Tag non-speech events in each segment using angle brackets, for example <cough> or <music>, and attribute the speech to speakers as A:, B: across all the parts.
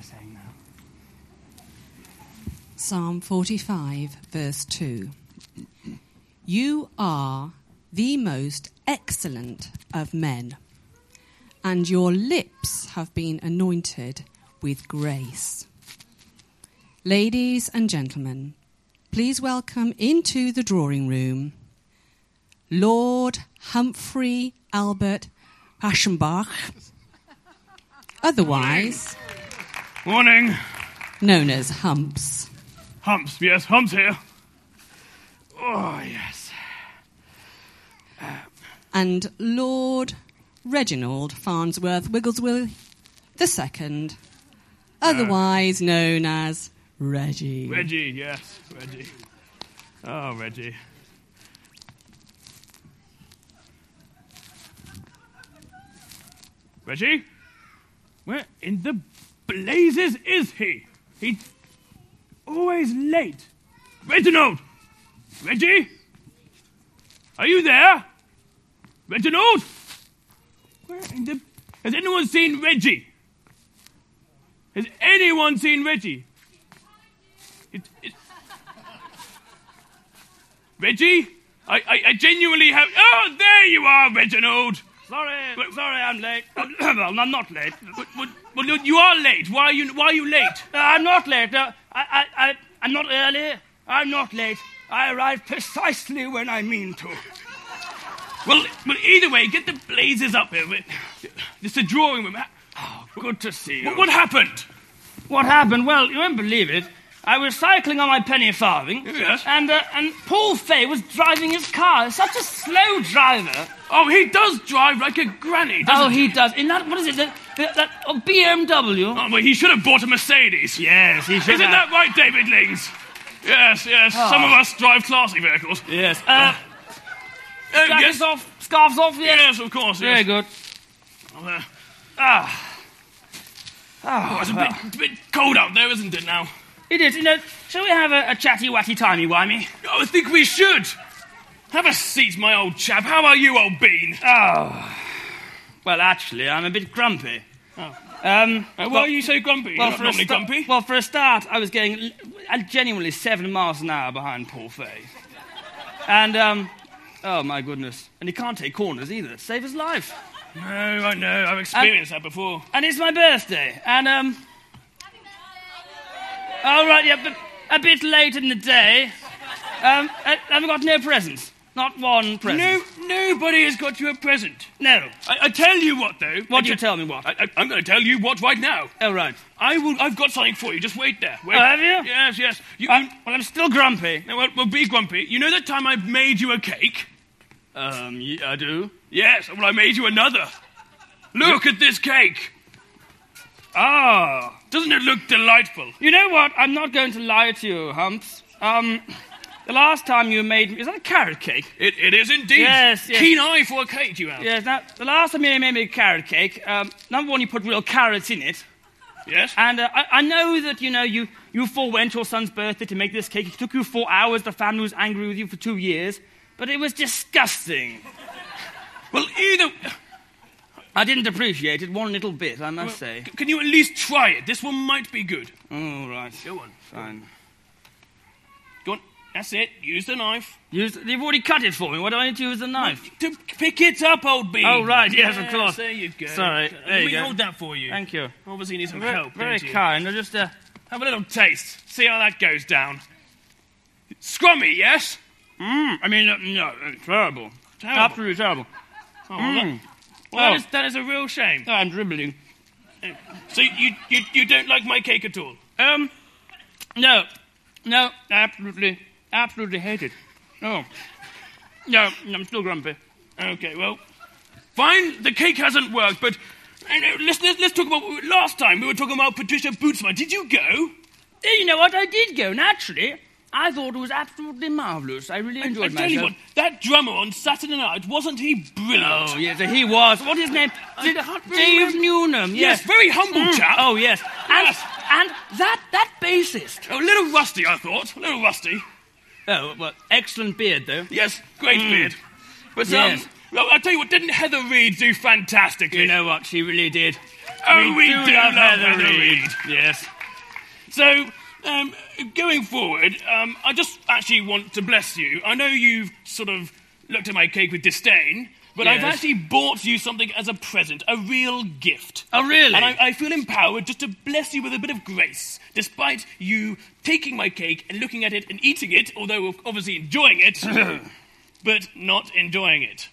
A: saying now.
B: Psalm 45, verse 2. You are the most excellent of men, and your lips have been anointed with grace. Ladies and gentlemen, please welcome into the drawing room Lord Humphrey Albert Aschenbach, otherwise
A: Morning.
B: known as Humps.
A: Humps, yes, Humps here. Oh, yes.
B: and Lord Reginald Farnsworth Wigglesworth II, otherwise known as Reggie.
A: Reggie, yes, Reggie. Oh, Reggie. Reggie? Where in the blazes is he? He always late. Reginald! Reggie? Are you there? Reginald? Where in the Has anyone seen Reggie? Has anyone seen Reggie? It, it... Reggie? I, I, I genuinely have. Oh, there you are, Reginald!
C: Sorry, sorry, I'm late.
A: <clears throat> well, I'm not late. But, but, but you- you are late. Why are you, why are you late?
C: No, Uh, I'm not late. No, I, I, I, I'm not early. I'm not late. I arrive precisely when I mean to.
A: Well, well, either way, get the blazes up here. It's a drawing room. Oh,
C: Good to see you.
A: What, what happened?
C: What happened? Well, you won't believe it. I was cycling on my penny farthing,
A: Yes.
C: and uh, and Paul Fay was driving his car. Such a slow driver.
A: Oh, he does drive like a granny, doesn't
C: oh, he does. In that, what is it? That, that, that oh, BMW.
A: Oh, well, he should have bought a Mercedes.
C: Yes, he should
A: Isn't
C: have. Oh.
A: that right, David Lings? Yes, yes. Some of us drive classy vehicles.
C: Yes. Uh,
A: Oh,
C: jackets
A: yes,
C: off, scarves off. Yes.
A: yes, of course.
C: Very
A: Yes.
C: good.
A: Uh, ah. Oh, it's a bit, bit cold out there, isn't it now?
C: It is. You know, shall we have a, a chatty, watty, timey, wimey?
A: Oh, I think we should. Have a seat, my old chap. How are you, old bean?
C: Oh. Well, actually, I'm a bit grumpy. Um,
A: Oh. Uh, why
C: well-
A: are you so grumpy? You're
C: well,
A: not
C: for a
A: normally
C: sta-
A: grumpy.
C: well, for a start, I was going l- uh, genuinely seven miles an hour behind Paul Fay. And, um, oh my goodness. And he can't take corners either. Save his life.
A: no, I know. I've experienced that before.
C: And it's my birthday. And, um. All right, yeah, but a bit late in the day. Um, I, I've got no presents. Not one present.
A: No, nobody has got you a present.
C: No. No.
A: I, I tell you what, though.
C: What
A: I
C: do you
A: te-
C: tell me what?
A: I, I, I'm going to tell you what right now.
C: Oh, right.
A: I will. I've got something for you. Just wait there. Wait.
C: Oh, have you?
A: Yes, yes. You,
C: I'm, well, I'm still grumpy.
A: now, well, well, be grumpy. You know that time I made you a cake?
C: Um, ye- I do.
A: Yes. Well, I made you another. Look at this cake.
C: Ah.
A: Doesn't it look delightful?
C: You know what? I'm not going to lie to you, Humps. Um, the last time you made me... Is that a carrot cake?
A: It, it is indeed.
C: Yes, yes.
A: Keen eye for a cake, you have.
C: Yes, now, the last time you made me a carrot cake, um, number one, you put real carrots in it.
A: Yes.
C: And uh, I, I know that, you know, you, you forewent your son's birthday to make this cake. It took you four hours. The family was angry with you for two years. But it was disgusting.
A: Well, either.
C: I didn't appreciate it one little bit, I must say.
A: C- Can you at least try it? This one might be good.
C: All right.
A: Go on.
C: Fine.
A: Go on. That's it. Use the knife.
C: Use, you've already cut it for me. Why do I need to use a knife?
A: To pick it up, old bean.
C: Oh, right, yes, of course.
A: There you go.
C: Sorry,
A: Let
C: there you
A: me
C: go.
A: hold that for you.
C: Thank you.
A: Obviously, you need some
C: Very,
A: help.
C: very
A: don't you?
C: kind. I just... Uh,
A: Have a little taste. See how that goes down. Scrummy, yes?
C: Mm, I mean, uh, no, it's terrible.
A: Terrible.
C: Absolutely terrible.
A: Oh, well, that-
C: Mm.
A: well, that,
C: Oh.
A: is, that is a real shame.
C: Oh, I'm dribbling.
A: So you, you, you don't like my cake at all?
C: Um, no, no, absolutely, absolutely hate it. No, no, I'm still grumpy.
A: Okay, well, fine. The cake hasn't worked, but you know, let's, let's, let's talk about last time. We were talking about Patricia Bootsma. Did you go?
C: Then you know what? I did go, naturally. I thought it was absolutely marvellous. I really enjoyed
A: I tell you
C: myself.
A: what, that drummer on Saturday night wasn't he brilliant?
C: Oh, yes, he was. What is his name? Did-
A: can't
C: Dave
A: remember.
C: Newnham, yes.
A: Yes, very humble
C: Mm,
A: chap.
C: Oh, yes. And,
A: Yes.
C: and that, that bassist.
A: A little rusty, I thought. A little rusty.
C: Oh, well, excellent beard, though.
A: Yes, great beard. But um,
C: Yes.
A: Well, I'll tell you what, didn't Heather Reed do fantastically?
C: You know what? She really did.
A: Oh, we do love Heather Reid.
C: Yes.
A: So, um, going forward, um, I just actually want to bless you. I know you've sort of looked at my cake with disdain, but I've
C: Yes.
A: actually bought you something as a present, a real gift.
C: Oh, really?
A: And I, I feel empowered just to bless you with a bit of grace, despite you taking my cake and looking at it and eating it, although obviously enjoying it,
C: <clears throat>
A: but not enjoying it.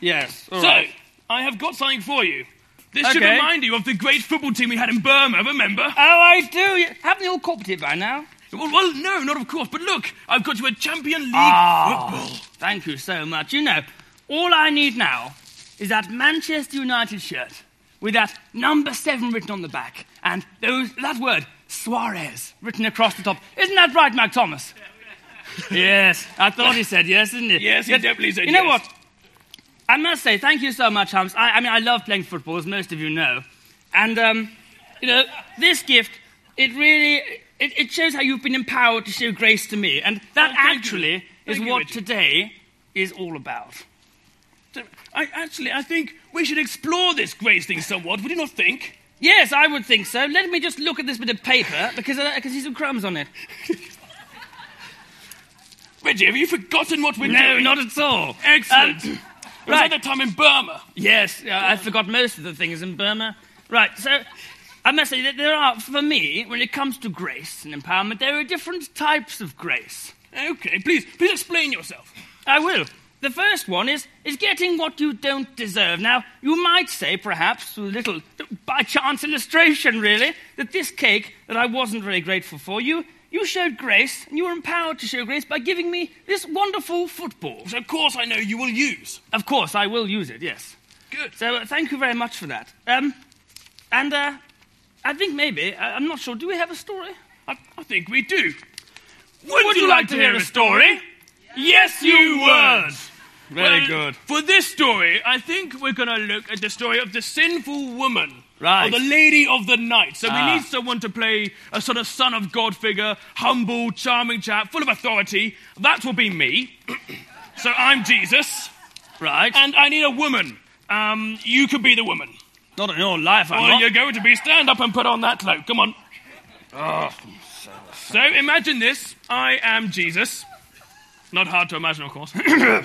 C: Yes. all
A: So,
C: right.
A: I have got something for you. This should
C: Okay.
A: remind you of the great football team we had in Burma, remember?
C: Oh, I do. You- Haven't you all copied it by now?
A: Well, well, no, not of course, but look, I've got you a Champion League
C: Ah.
A: football.
C: Thank you so much. You know, all I need now is that Manchester United shirt with that number seven written on the back and those, that word, Suarez, written across the top. Isn't that right, Mac Thomas? <laughs> yes. I thought he said yes, didn't he?
A: Yes, he
C: But
A: definitely said
C: You know
A: yes.
C: what? I must say, thank you so much, Humps. I, I mean, I love playing football, as most of you know. And, um, you know, this gift, it really, it, it shows how you've been empowered to show grace to me. And that
A: Oh, thank you.
C: actually is
A: Thank you,
C: what
A: Richard.
C: today is all about.
A: So, I, actually, I think we should explore this grace thing somewhat, would you not think?
C: Yes, I would think so. Let me just look at this bit of paper, because uh, I, I can see some crumbs on it.
A: Reggie, have you forgotten what we're
C: No,
A: doing?
C: not at all.
A: Excellent.
C: Um,
A: It was
C: right.
A: at that time in Burma.
C: Yes, yeah, I forgot most of the things in Burma. Right, so I must say that there are, for me, when it comes to grace and empowerment, there are different types of grace.
A: Okay, please, please explain yourself.
C: I will. The first one is, is getting what you don't deserve. Now, you might say, perhaps, with a little by chance illustration, really, that this cake that I wasn't very grateful for, you, you showed grace, and you were empowered to show grace by giving me this wonderful football.
A: Which, of course, I know you will use.
C: Of course, I will use it, yes.
A: Good.
C: So uh, thank you very much for that. Um, and uh, I think maybe, I- I'm not sure, do we have a story?
A: I, I think we do. Would, you, like, to hear a story? Yes, you
C: would.
A: would. Well, For this story, I think we're going to look at the story of the sinful woman.
C: Right.
A: Or the lady of the night. So
C: Ah.
A: we need someone to play a sort of son of God figure, humble, charming chap, full of authority. That will be me. <clears throat> so I'm Jesus.
C: Right.
A: And I need a woman. Um, you could be the woman.
C: Not in your life, I'm
A: Well,
C: not.
A: you're going to be. Stand up and put on that cloak. Come on.
C: Ah.
A: so imagine this. I am Jesus. Not hard to imagine, of
C: <coughs>
A: course. and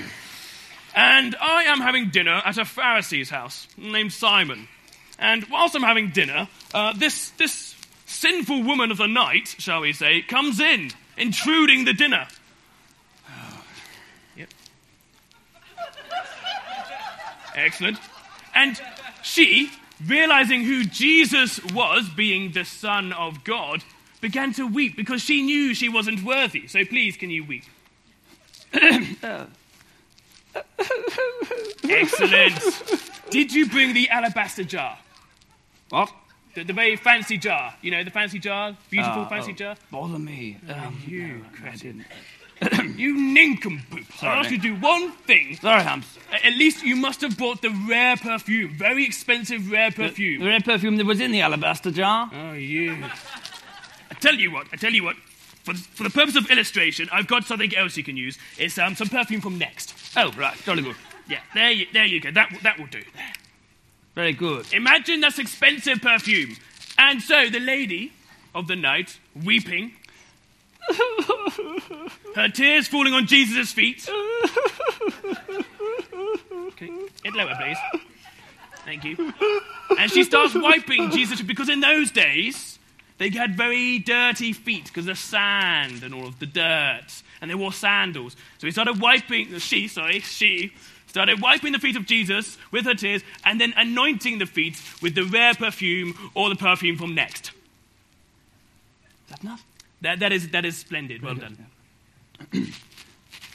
A: I am having dinner at a Pharisee's house named Simon. And whilst I'm having dinner, uh, this, this sinful woman of the night, shall we say, comes in, intruding the dinner.
C: Oh.
A: Yep. Excellent. And she, realizing who Jesus was, being the Son of God, began to weep because she knew she wasn't worthy. So please, can you weep?
C: <laughs>
A: Excellent. Did you bring the alabaster jar?
C: What?
A: The, the very fancy jar. You know, the fancy jar? Beautiful
C: Ah, oh.
A: fancy jar?
C: Uh, Bother me. Um,
A: You
C: I didn't.
A: You nincompoop. I asked you to do one thing.
C: Sorry, Hams.
A: A- At least you must have bought the rare perfume. Very expensive rare perfume.
C: The red perfume that was in the alabaster jar.
A: Oh, you. I tell you what, I tell you what. For, for the purpose of illustration, I've got something else you can use. It's um, some perfume from Next.
C: Oh, right. Jolly good.
A: Yeah, there you, there you go. That, will- that will do.
C: Very good.
A: Imagine that's expensive perfume. And so the lady of the night,
C: <laughs>
A: weeping, her tears falling on Jesus' feet. Okay, it lower, please. Thank you. And she starts wiping Jesus because in those days they had very dirty feet because of sand and all of the dirt, and they wore sandals. So he started wiping. <laughs> She, sorry, she started wiping the feet of Jesus with her tears, and then anointing the feet with the rare perfume or the perfume from Next.
C: Is that enough?
A: That, that, is, that is splendid. Well done.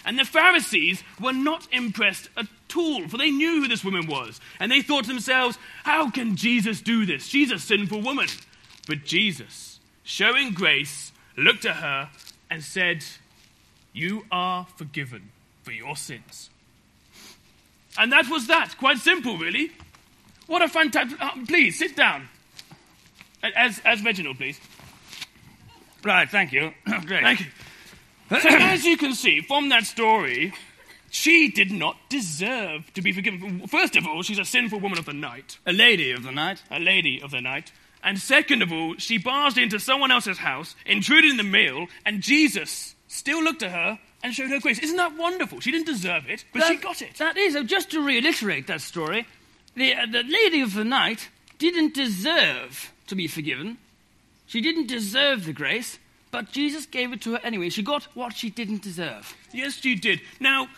A: And the Pharisees were not impressed at all, for they knew who this woman was. And they thought to themselves, how can Jesus do this? She's a sinful woman. But Jesus, showing grace, looked at her and said, You are forgiven for your sins. And that was that. Quite simple, really. What a fantastic. Uh, please, sit down. A- As, as Reginald, please.
D: <clears throat>
C: Right, thank you. Great.
A: Thank you. So, as you can see from that story,
C: She did not deserve to be forgiven. First of all, she's a sinful woman of the night,
D: A lady of the night.
C: a lady of the night. And second of all, she barged into someone else's house, intruded in the meal, and Jesus still looked to her and showed her grace. Isn't that wonderful? She didn't deserve it, but she
D: That-
C: got it.
D: That is, uh, just to reiterate that story, the, uh, the lady of the night didn't deserve to be forgiven. She didn't deserve the grace, but Jesus gave it to her anyway. She got what she didn't deserve.
C: Yes, you did. Now,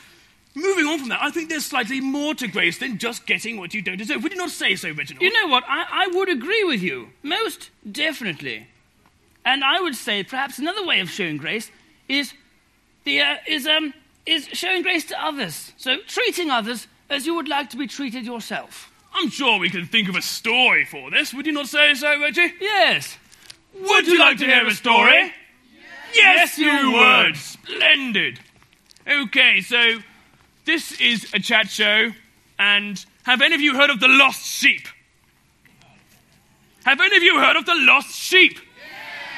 C: moving on from that, I think there's slightly more to grace than just getting what you don't deserve. Would you not say so, Reginald?
D: You know what? I, I would agree with you, most definitely. And I would say perhaps another way of showing grace is, the, uh, is, um, is showing grace to others. So treating others as you would like to be treated yourself.
C: I'm sure we can think of a story for this. Would you not say so, Reggie?
D: Yes.
C: Would, you like, to hear a story? Yes,
D: Yes,
C: you
D: you
C: would.
D: would.
C: Splendid. Okay, so this is a chat show, and have any of you heard of the lost sheep? Have any of you heard of the lost sheep?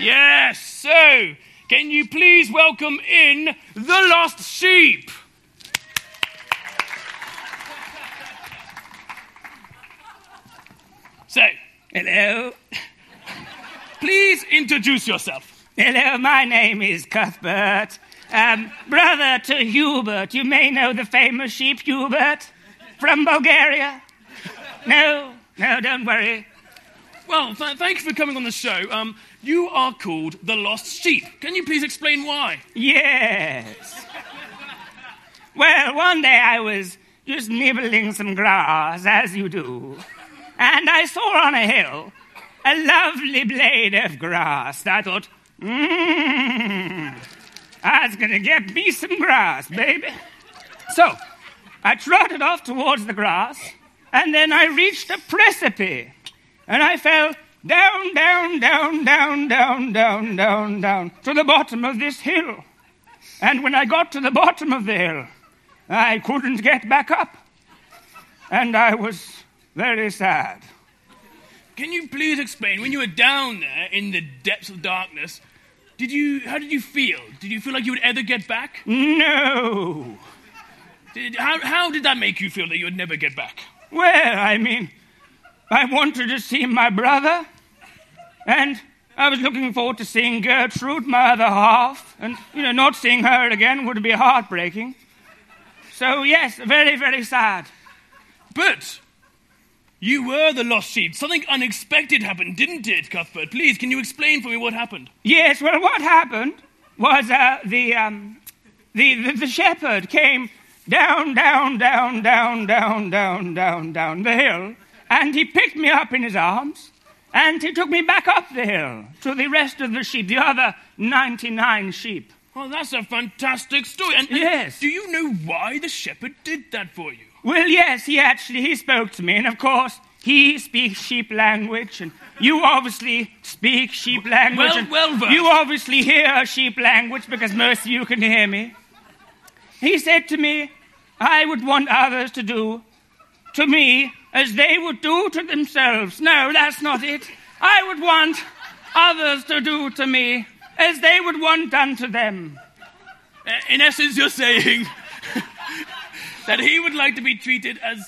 C: Yes. So, can you please welcome in the lost sheep? So,
D: Hello.
C: please introduce yourself.
D: Hello, my name is Cuthbert. Um, brother to Hubert. You may know the famous sheep Hubert from Bulgaria. No, no, don't worry.
C: Well, th- thank you for coming on the show. Um, you are called the Lost Sheep. Can you please explain why?
D: Yes. Well, one day I was just nibbling some grass, as you do, and I saw on a hill a lovely blade of grass. I thought, mmm, that's going to get me some grass, baby. So I trotted off towards the grass, and then I reached a precipice, and I fell down, down, down, down, down, down, down, down to the bottom of this hill. And when I got to the bottom of the hill, I couldn't get back up. And I was very sad.
C: Can you please explain when you were down there in the depths of darkness? Did you? How did you feel? Did you feel like you would ever get back?
D: Hmm? No.
C: Did, how, how did that make you feel that you would never get back?
D: Well, I mean, I wanted to see my brother, and I was looking forward to seeing Gertrude, my other half, and, you know, not seeing her again would be heartbreaking. So, yes, very, very sad.
C: But you were the lost sheep. Something unexpected happened, didn't it, Cuthbert? Please, can you explain for me what happened?
D: Yes, well, what happened was uh, the, um, the, the, the shepherd came down, down, down, down, down, down, down, down the hill, and he picked me up in his arms, and he took me back up the hill to the rest of the sheep, the other 99 sheep.
C: Well, that's a fantastic story. And, and
D: Yes.
C: Do you know why the shepherd did that for you?
D: Well, yes, he actually, he spoke to me, and of course, he speaks sheep language, and you obviously speak sheep language.
C: well-
D: and
C: well versed.
D: You obviously hear sheep language because most of you can hear me. He said to me, I would want others to do to me as they would do to themselves. No, that's not it. I would want others to do to me as they would want done to them.
C: Uh, In essence, you're saying <laughs> that he would like to be treated as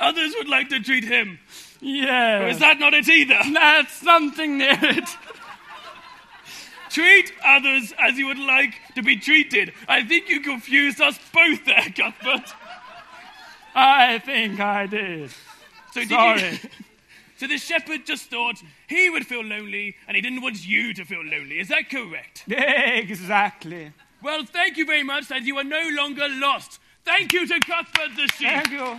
C: others would like to treat him.
D: Yes.
C: Is that not it either?
D: that's something near it.
C: Treat others as you would like to be treated. I think you confused us both there, Cuthbert.
D: I think I did.
C: So did
D: Sorry. <laughs>
C: You... So the shepherd just thought he would feel lonely and he didn't want you to feel lonely. Is that correct?
D: exactly.
C: Well, thank you very much that you are no longer lost. Thank you to Cuthbert the sheep.
D: Thank you.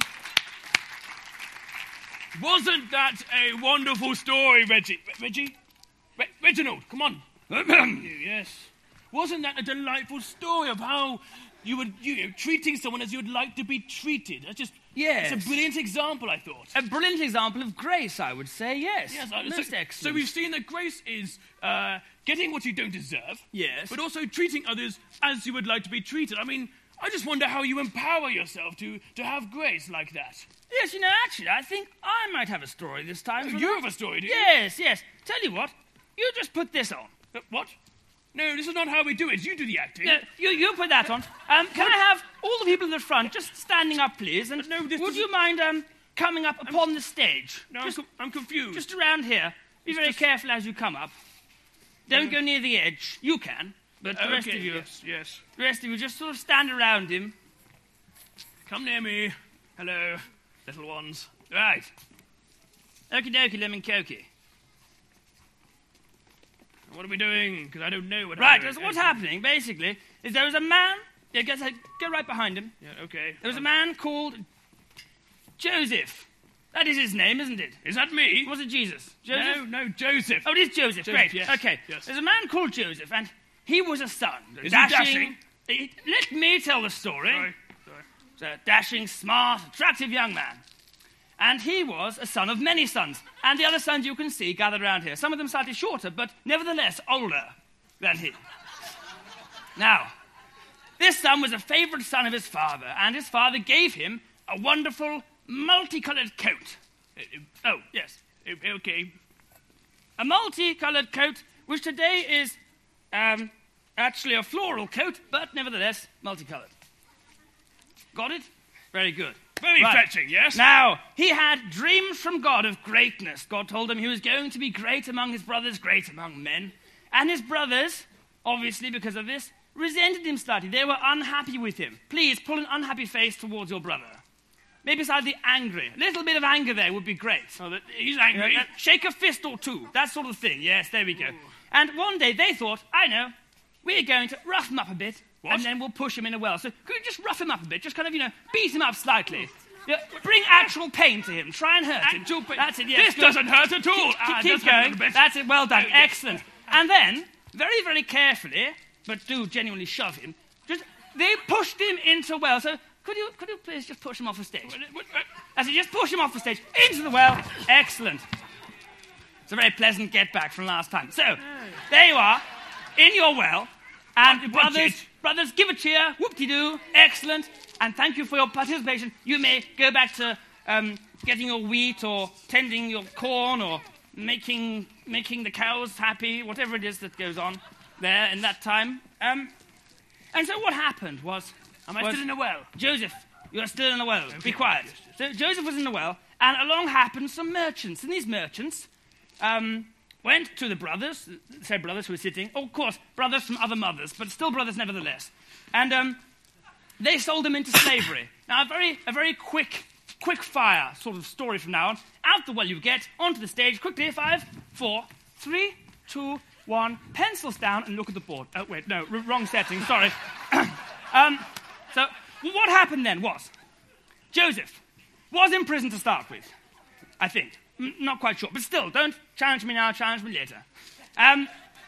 C: Wasn't that a wonderful story, Reggie? Re- Reggie? Re- Reginald, come
D: <clears throat>
C: on. yes. Wasn't that a delightful story of how you were you know, treating someone as you would like to be treated? That's just
D: Yes.
C: It's a brilliant example, I thought.
D: A brilliant example of grace, I would say, yes.
C: Yes, I-
D: Most
C: so, so
D: excellent.
C: we've seen that grace is uh, getting what you don't deserve.
D: Yes.
C: But also treating others as you would like to be treated. I mean, I just wonder how you empower yourself to, to have grace like that.
D: Yes, you know, actually, I think I might have a story this time. for
C: Oh, You
D: that.
C: have a story, do you?
D: Yes, yes. Tell you what, you just put this on.
C: Uh, What?
A: No, this is not how we do it. You do the acting.
C: No, you, you put that on. Um, can I have all the people in the front just standing up, please? And
A: No, this
C: would
A: doesn't-
C: you mind um, coming up upon the stage?
A: No, I'm,
C: just,
A: com- I'm confused.
C: just around here. Be very careful as you come up. Don't go near the edge. You can, but the rest
A: Okay,
C: of you,
A: Yes, yes.
C: the rest of you, just sort of stand around him.
A: Come near me. Hello, little ones.
C: Right. Okie dokie, lemon cokey.
A: What are we doing? Because I don't know what.
C: Right.
A: I'm
C: so
A: doing.
C: what's happening basically is there was a man. Yeah, go, go right behind him.
A: Yeah, okay.
C: There was a man called Joseph. That is his name, isn't it?
A: Is that me?
C: Was it Jesus? Joseph?
A: No, no, Joseph.
C: Oh, it is Joseph.
A: Joseph,
C: Great.
A: yes,
C: Okay.
A: yes.
C: There's a man called Joseph, and he was a son.
A: Is he dashing?
C: he- Let me tell the story.
A: Sorry, sorry.
C: He's a dashing, smart, attractive young man. And he was a son of many sons. And the other sons you can see gathered around here. Some of them slightly shorter, but nevertheless older than he. Now, this son was a favorite son of his father, and his father gave him a wonderful multicolored coat.
A: Uh,
C: Oh, yes.
A: uh, uh, okay.
C: a multi-coloured coat, which today is um, actually a floral coat, but nevertheless multicoloured. Got it? Very good.
A: Very
C: Right.
A: fetching, yes?
C: Now, he had dreams from God of greatness. God told him he was going to be great among his brothers, great among men. And his brothers, obviously because of this, resented him slightly. They were unhappy with him. Please pull an unhappy face towards your brother. Maybe slightly angry. A little bit of anger there would be great.
A: Oh, that, he's angry.
C: Uh, uh, shake a fist or two, that sort of thing. Yes, there we go. And one day they thought, I know, we're going to rough him up a bit,
A: What?
C: and then we'll push him in a well. So could you just rough him up a bit? Just kind of, you know, beat him up slightly. Yeah, bring actual pain to him. Try and hurt
A: Actual
C: him.
A: pain.
C: That's it. Yes,
A: this
C: good.
A: doesn't hurt at all.
C: Keep,
A: ah,
C: keep
A: it does hurt a
C: going.
A: little bit.
C: That's it. Well done.
A: Oh, yes.
C: Excellent. And then, very, very carefully, but do genuinely shove him. Just they pushed him into a well. So could you, could you please just push him off the stage?
A: What- what-
C: I said, just push him off the stage into the well. Excellent. It's a very pleasant get back from last time. So, there you are, in your well. And
A: watch
C: brothers,
A: it.
C: brothers, give a cheer. Whoop de doo. Excellent. And thank you for your participation. You may go back to um, getting your wheat or tending your corn or making, making the cows happy, whatever it is that goes on there in that time. Um, and so, what happened was.
A: Am I
C: was-
A: still in a well?
C: Joseph, you are still in the well. Be
A: Okay.
C: quiet. So Joseph was in the well, and along happened some merchants. And these merchants um, went to the brothers, said brothers who were sitting, of course, brothers from other mothers, but still brothers nevertheless. And um, they sold them into slavery. Now, a very, a very quick, quick fire sort of story from now on. Out the well you get, onto the stage, quickly, five, four, three, two, one, pencils down and look at the board. Oh, wait, no, r- wrong setting, sorry. <coughs> um, so, w- what happened then was Joseph was in prison to start with, I think. M- not quite sure, but still, don't challenge me now, challenge me later. Um,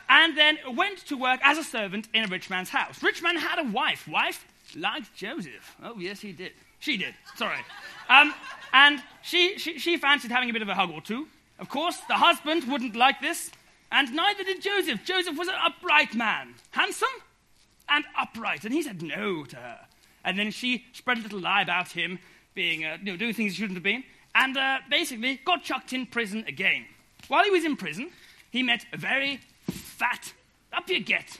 C: and then went to work as a servant in a rich man's house. Rich man had a wife. Wife liked Joseph. Oh, yes, he did. She did, sorry. Um, and she, she, she fancied having a bit of a hug or two. Of course, the husband wouldn't like this, and neither did Joseph. Joseph was an upright man, handsome, and upright. And he said no to her. And then she spread a little lie about him being, uh, you know, doing things he shouldn't have been, and uh, basically got chucked in prison again. While he was in prison, he met a very fat, up you get,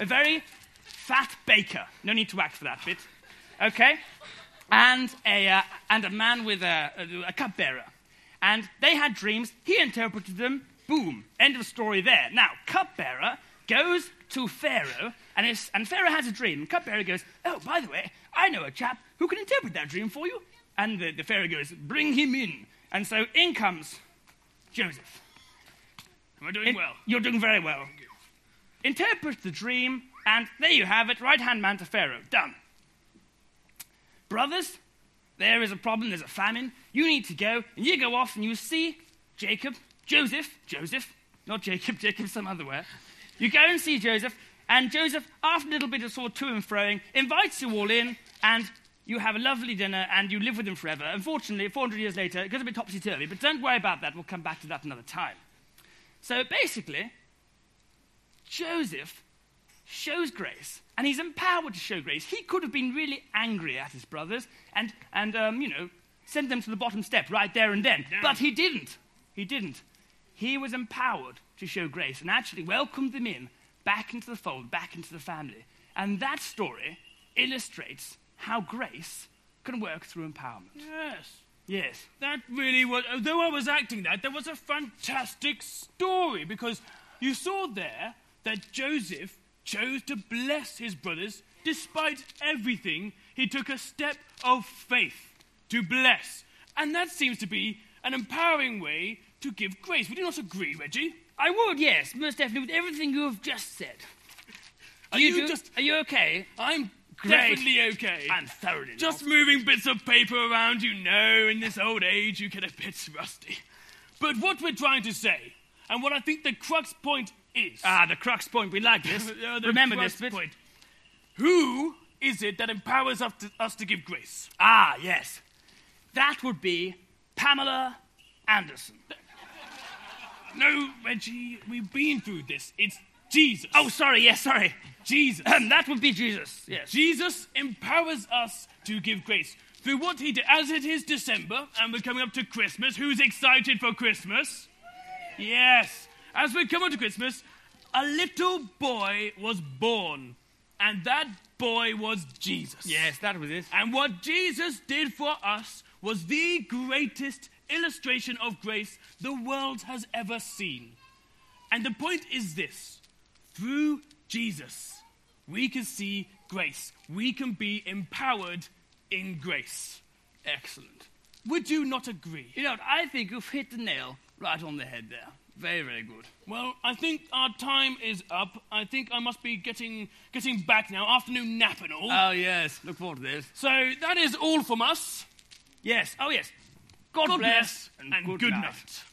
C: a very fat baker. No need to act for that bit, okay? And a, uh, and a man with a, a, a cupbearer. And they had dreams. He interpreted them. Boom. End of story there. Now, cupbearer goes to Pharaoh, and, is, and Pharaoh has a dream. And cupbearer goes, Oh, by the way, I know a chap who can interpret that dream for you. And the, the Pharaoh goes, Bring him in. And so in comes Joseph.
A: Am I doing
C: In-
A: well?
C: You're doing very well. Interpret the dream, and there you have it. Right hand man to Pharaoh. Done. Brothers, there is a problem. There's a famine. You need to go, and you go off and you see Jacob, Joseph, Joseph, not Jacob, <laughs> Jacob some other where. You go and see Joseph, and Joseph, after a little bit of sort of to and froing, invites you all in, and you have a lovely dinner, and you live with him forever. Unfortunately, 400 years later, it goes a bit topsy turvy, but don't worry about that. We'll come back to that another time. So basically, Joseph shows grace, and he's empowered to show grace. He could have been really angry at his brothers and, and um, you know, sent them to the bottom step right there and then.
A: Damn.
C: But he didn't. He didn't. He was empowered to show grace and actually welcomed them in
D: back into the fold, back into the family. And that story illustrates how grace can work through empowerment.
C: Yes.
D: Yes.
C: That really was, though I was acting that, there was a fantastic story because you saw there that Joseph chose to bless his brothers despite everything. He took a step of faith to bless. And that seems to be an empowering way to give grace. Would you not agree, Reggie?
D: I would, yes, most definitely, with everything you have just said.
C: Are
D: Do
C: you
D: do-
C: just-
D: Are you okay?
C: I'm
D: Great.
C: definitely okay.
D: I'm thoroughly.
C: Just moving bits of paper around, you know, in this old age you get a bit rusty. But what we're trying to say, and what I think the crux point is.
D: Ah, the crux point. We
C: <laughs>
D: like this.
C: uh, the
D: Remember
C: crux
D: this bit.
C: Point. Who is it that empowers us to, us to give grace?
D: Ah, yes. That would be Pamela Anderson.
C: No, Reggie, we've been through this. It's Jesus.
D: Oh, sorry. Yes, sorry.
C: Jesus.
D: Um, that would be Jesus. Yes.
C: Jesus empowers us to give grace. Through what he did, as it is December and we're coming up to Christmas, who's excited for Christmas? Yes. As we come up to Christmas, a little boy was born, and that boy was Jesus.
D: Yes, that was it.
C: And what Jesus did for us was the greatest illustration of grace the world has ever seen. And the point is this through Jesus, we can see grace, we can be empowered in grace.
D: Excellent.
C: Would you not agree?
D: You know, what, I think you've hit the nail right on the head there. Very, very good.
C: Well, I think our time is up. I think I must be getting getting back now, afternoon nap and all.
D: Oh, yes. Look forward to this.
C: so that is all from us.
D: Yes. Oh, yes. God,
C: God
D: bless,
C: bless and good night.